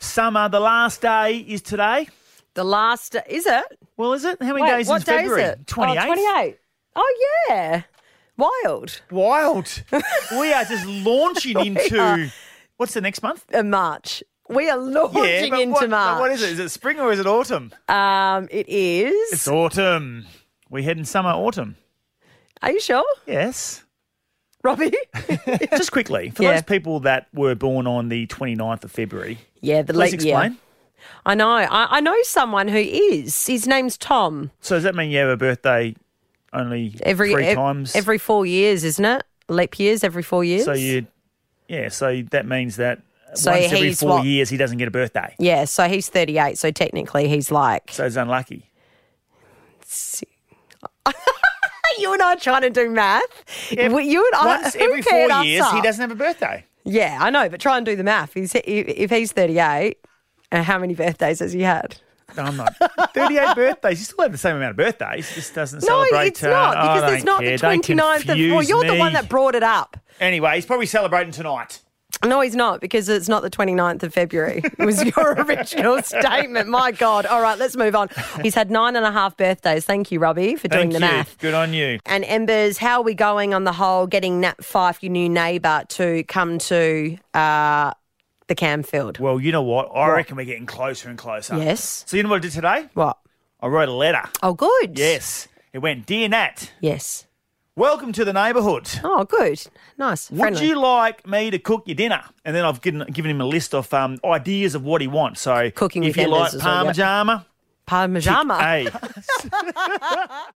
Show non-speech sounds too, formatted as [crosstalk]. summer. The last day is today. The last, is it? Well, is it? How many Wait, days what in day February? is it? Twenty-eight. Oh, 28. Oh, yeah. Wild. [laughs] Wild. we are just launching into what's the next month? Uh, March. We are launching but into what, but March. what is it? Is it spring or is it autumn? Um, it is. It's autumn. We head in summer, autumn. Are you sure, Yes. [laughs] Robbie? Just quickly, for Yeah. those people that were born on the 29th of February, yeah, the please late explain. year. I know. I, I know someone who is. His name's Tom. So does that mean you have a birthday only Every three ev- times? Every four years, isn't it? Leap years every four years. so you, yeah. So that means that So once every he's four what- years he doesn't get a birthday. Yeah. So he's thirty-eight. So technically, he's like. So he's unlucky. [laughs] you and I are trying to do math. We- you and I. Once who every paired four us years he up? doesn't have a birthday. Yeah, I know. But try and do the math. He's, if he's thirty-eight, uh, how many birthdays has he had? No, I'm not. [laughs] 38 birthdays. You still have the same amount of birthdays. It just doesn't No, celebrate. it's not uh, oh, because I there's don't not care. the 29th Don't of. Well, confuse you're the me. one that brought it up. Anyway, he's probably celebrating tonight. No, he's not because it's not the 29th of February. [laughs] It was your original statement. My God. All right, let's move on. He's had nine and a half birthdays. Thank you, Robbie, for doing Thank the you. math. Good on you. And Embers, how are we going on the whole getting Nat Fife, your new neighbour, to come to uh, the Camfield? Well, you know what? I reckon we're getting closer and closer. Yes. So you know what I did today? What? I wrote a letter. Oh, good. Yes. It went, Dear Nat, Yes. welcome to the neighbourhood. Oh, good. Nice. Would Friendly. you like me to cook your dinner? And then I've given, given him a list of um, ideas of what he wants. So Cooking if with you like embers as well, yep. parmigiana, Parmigiana. hey.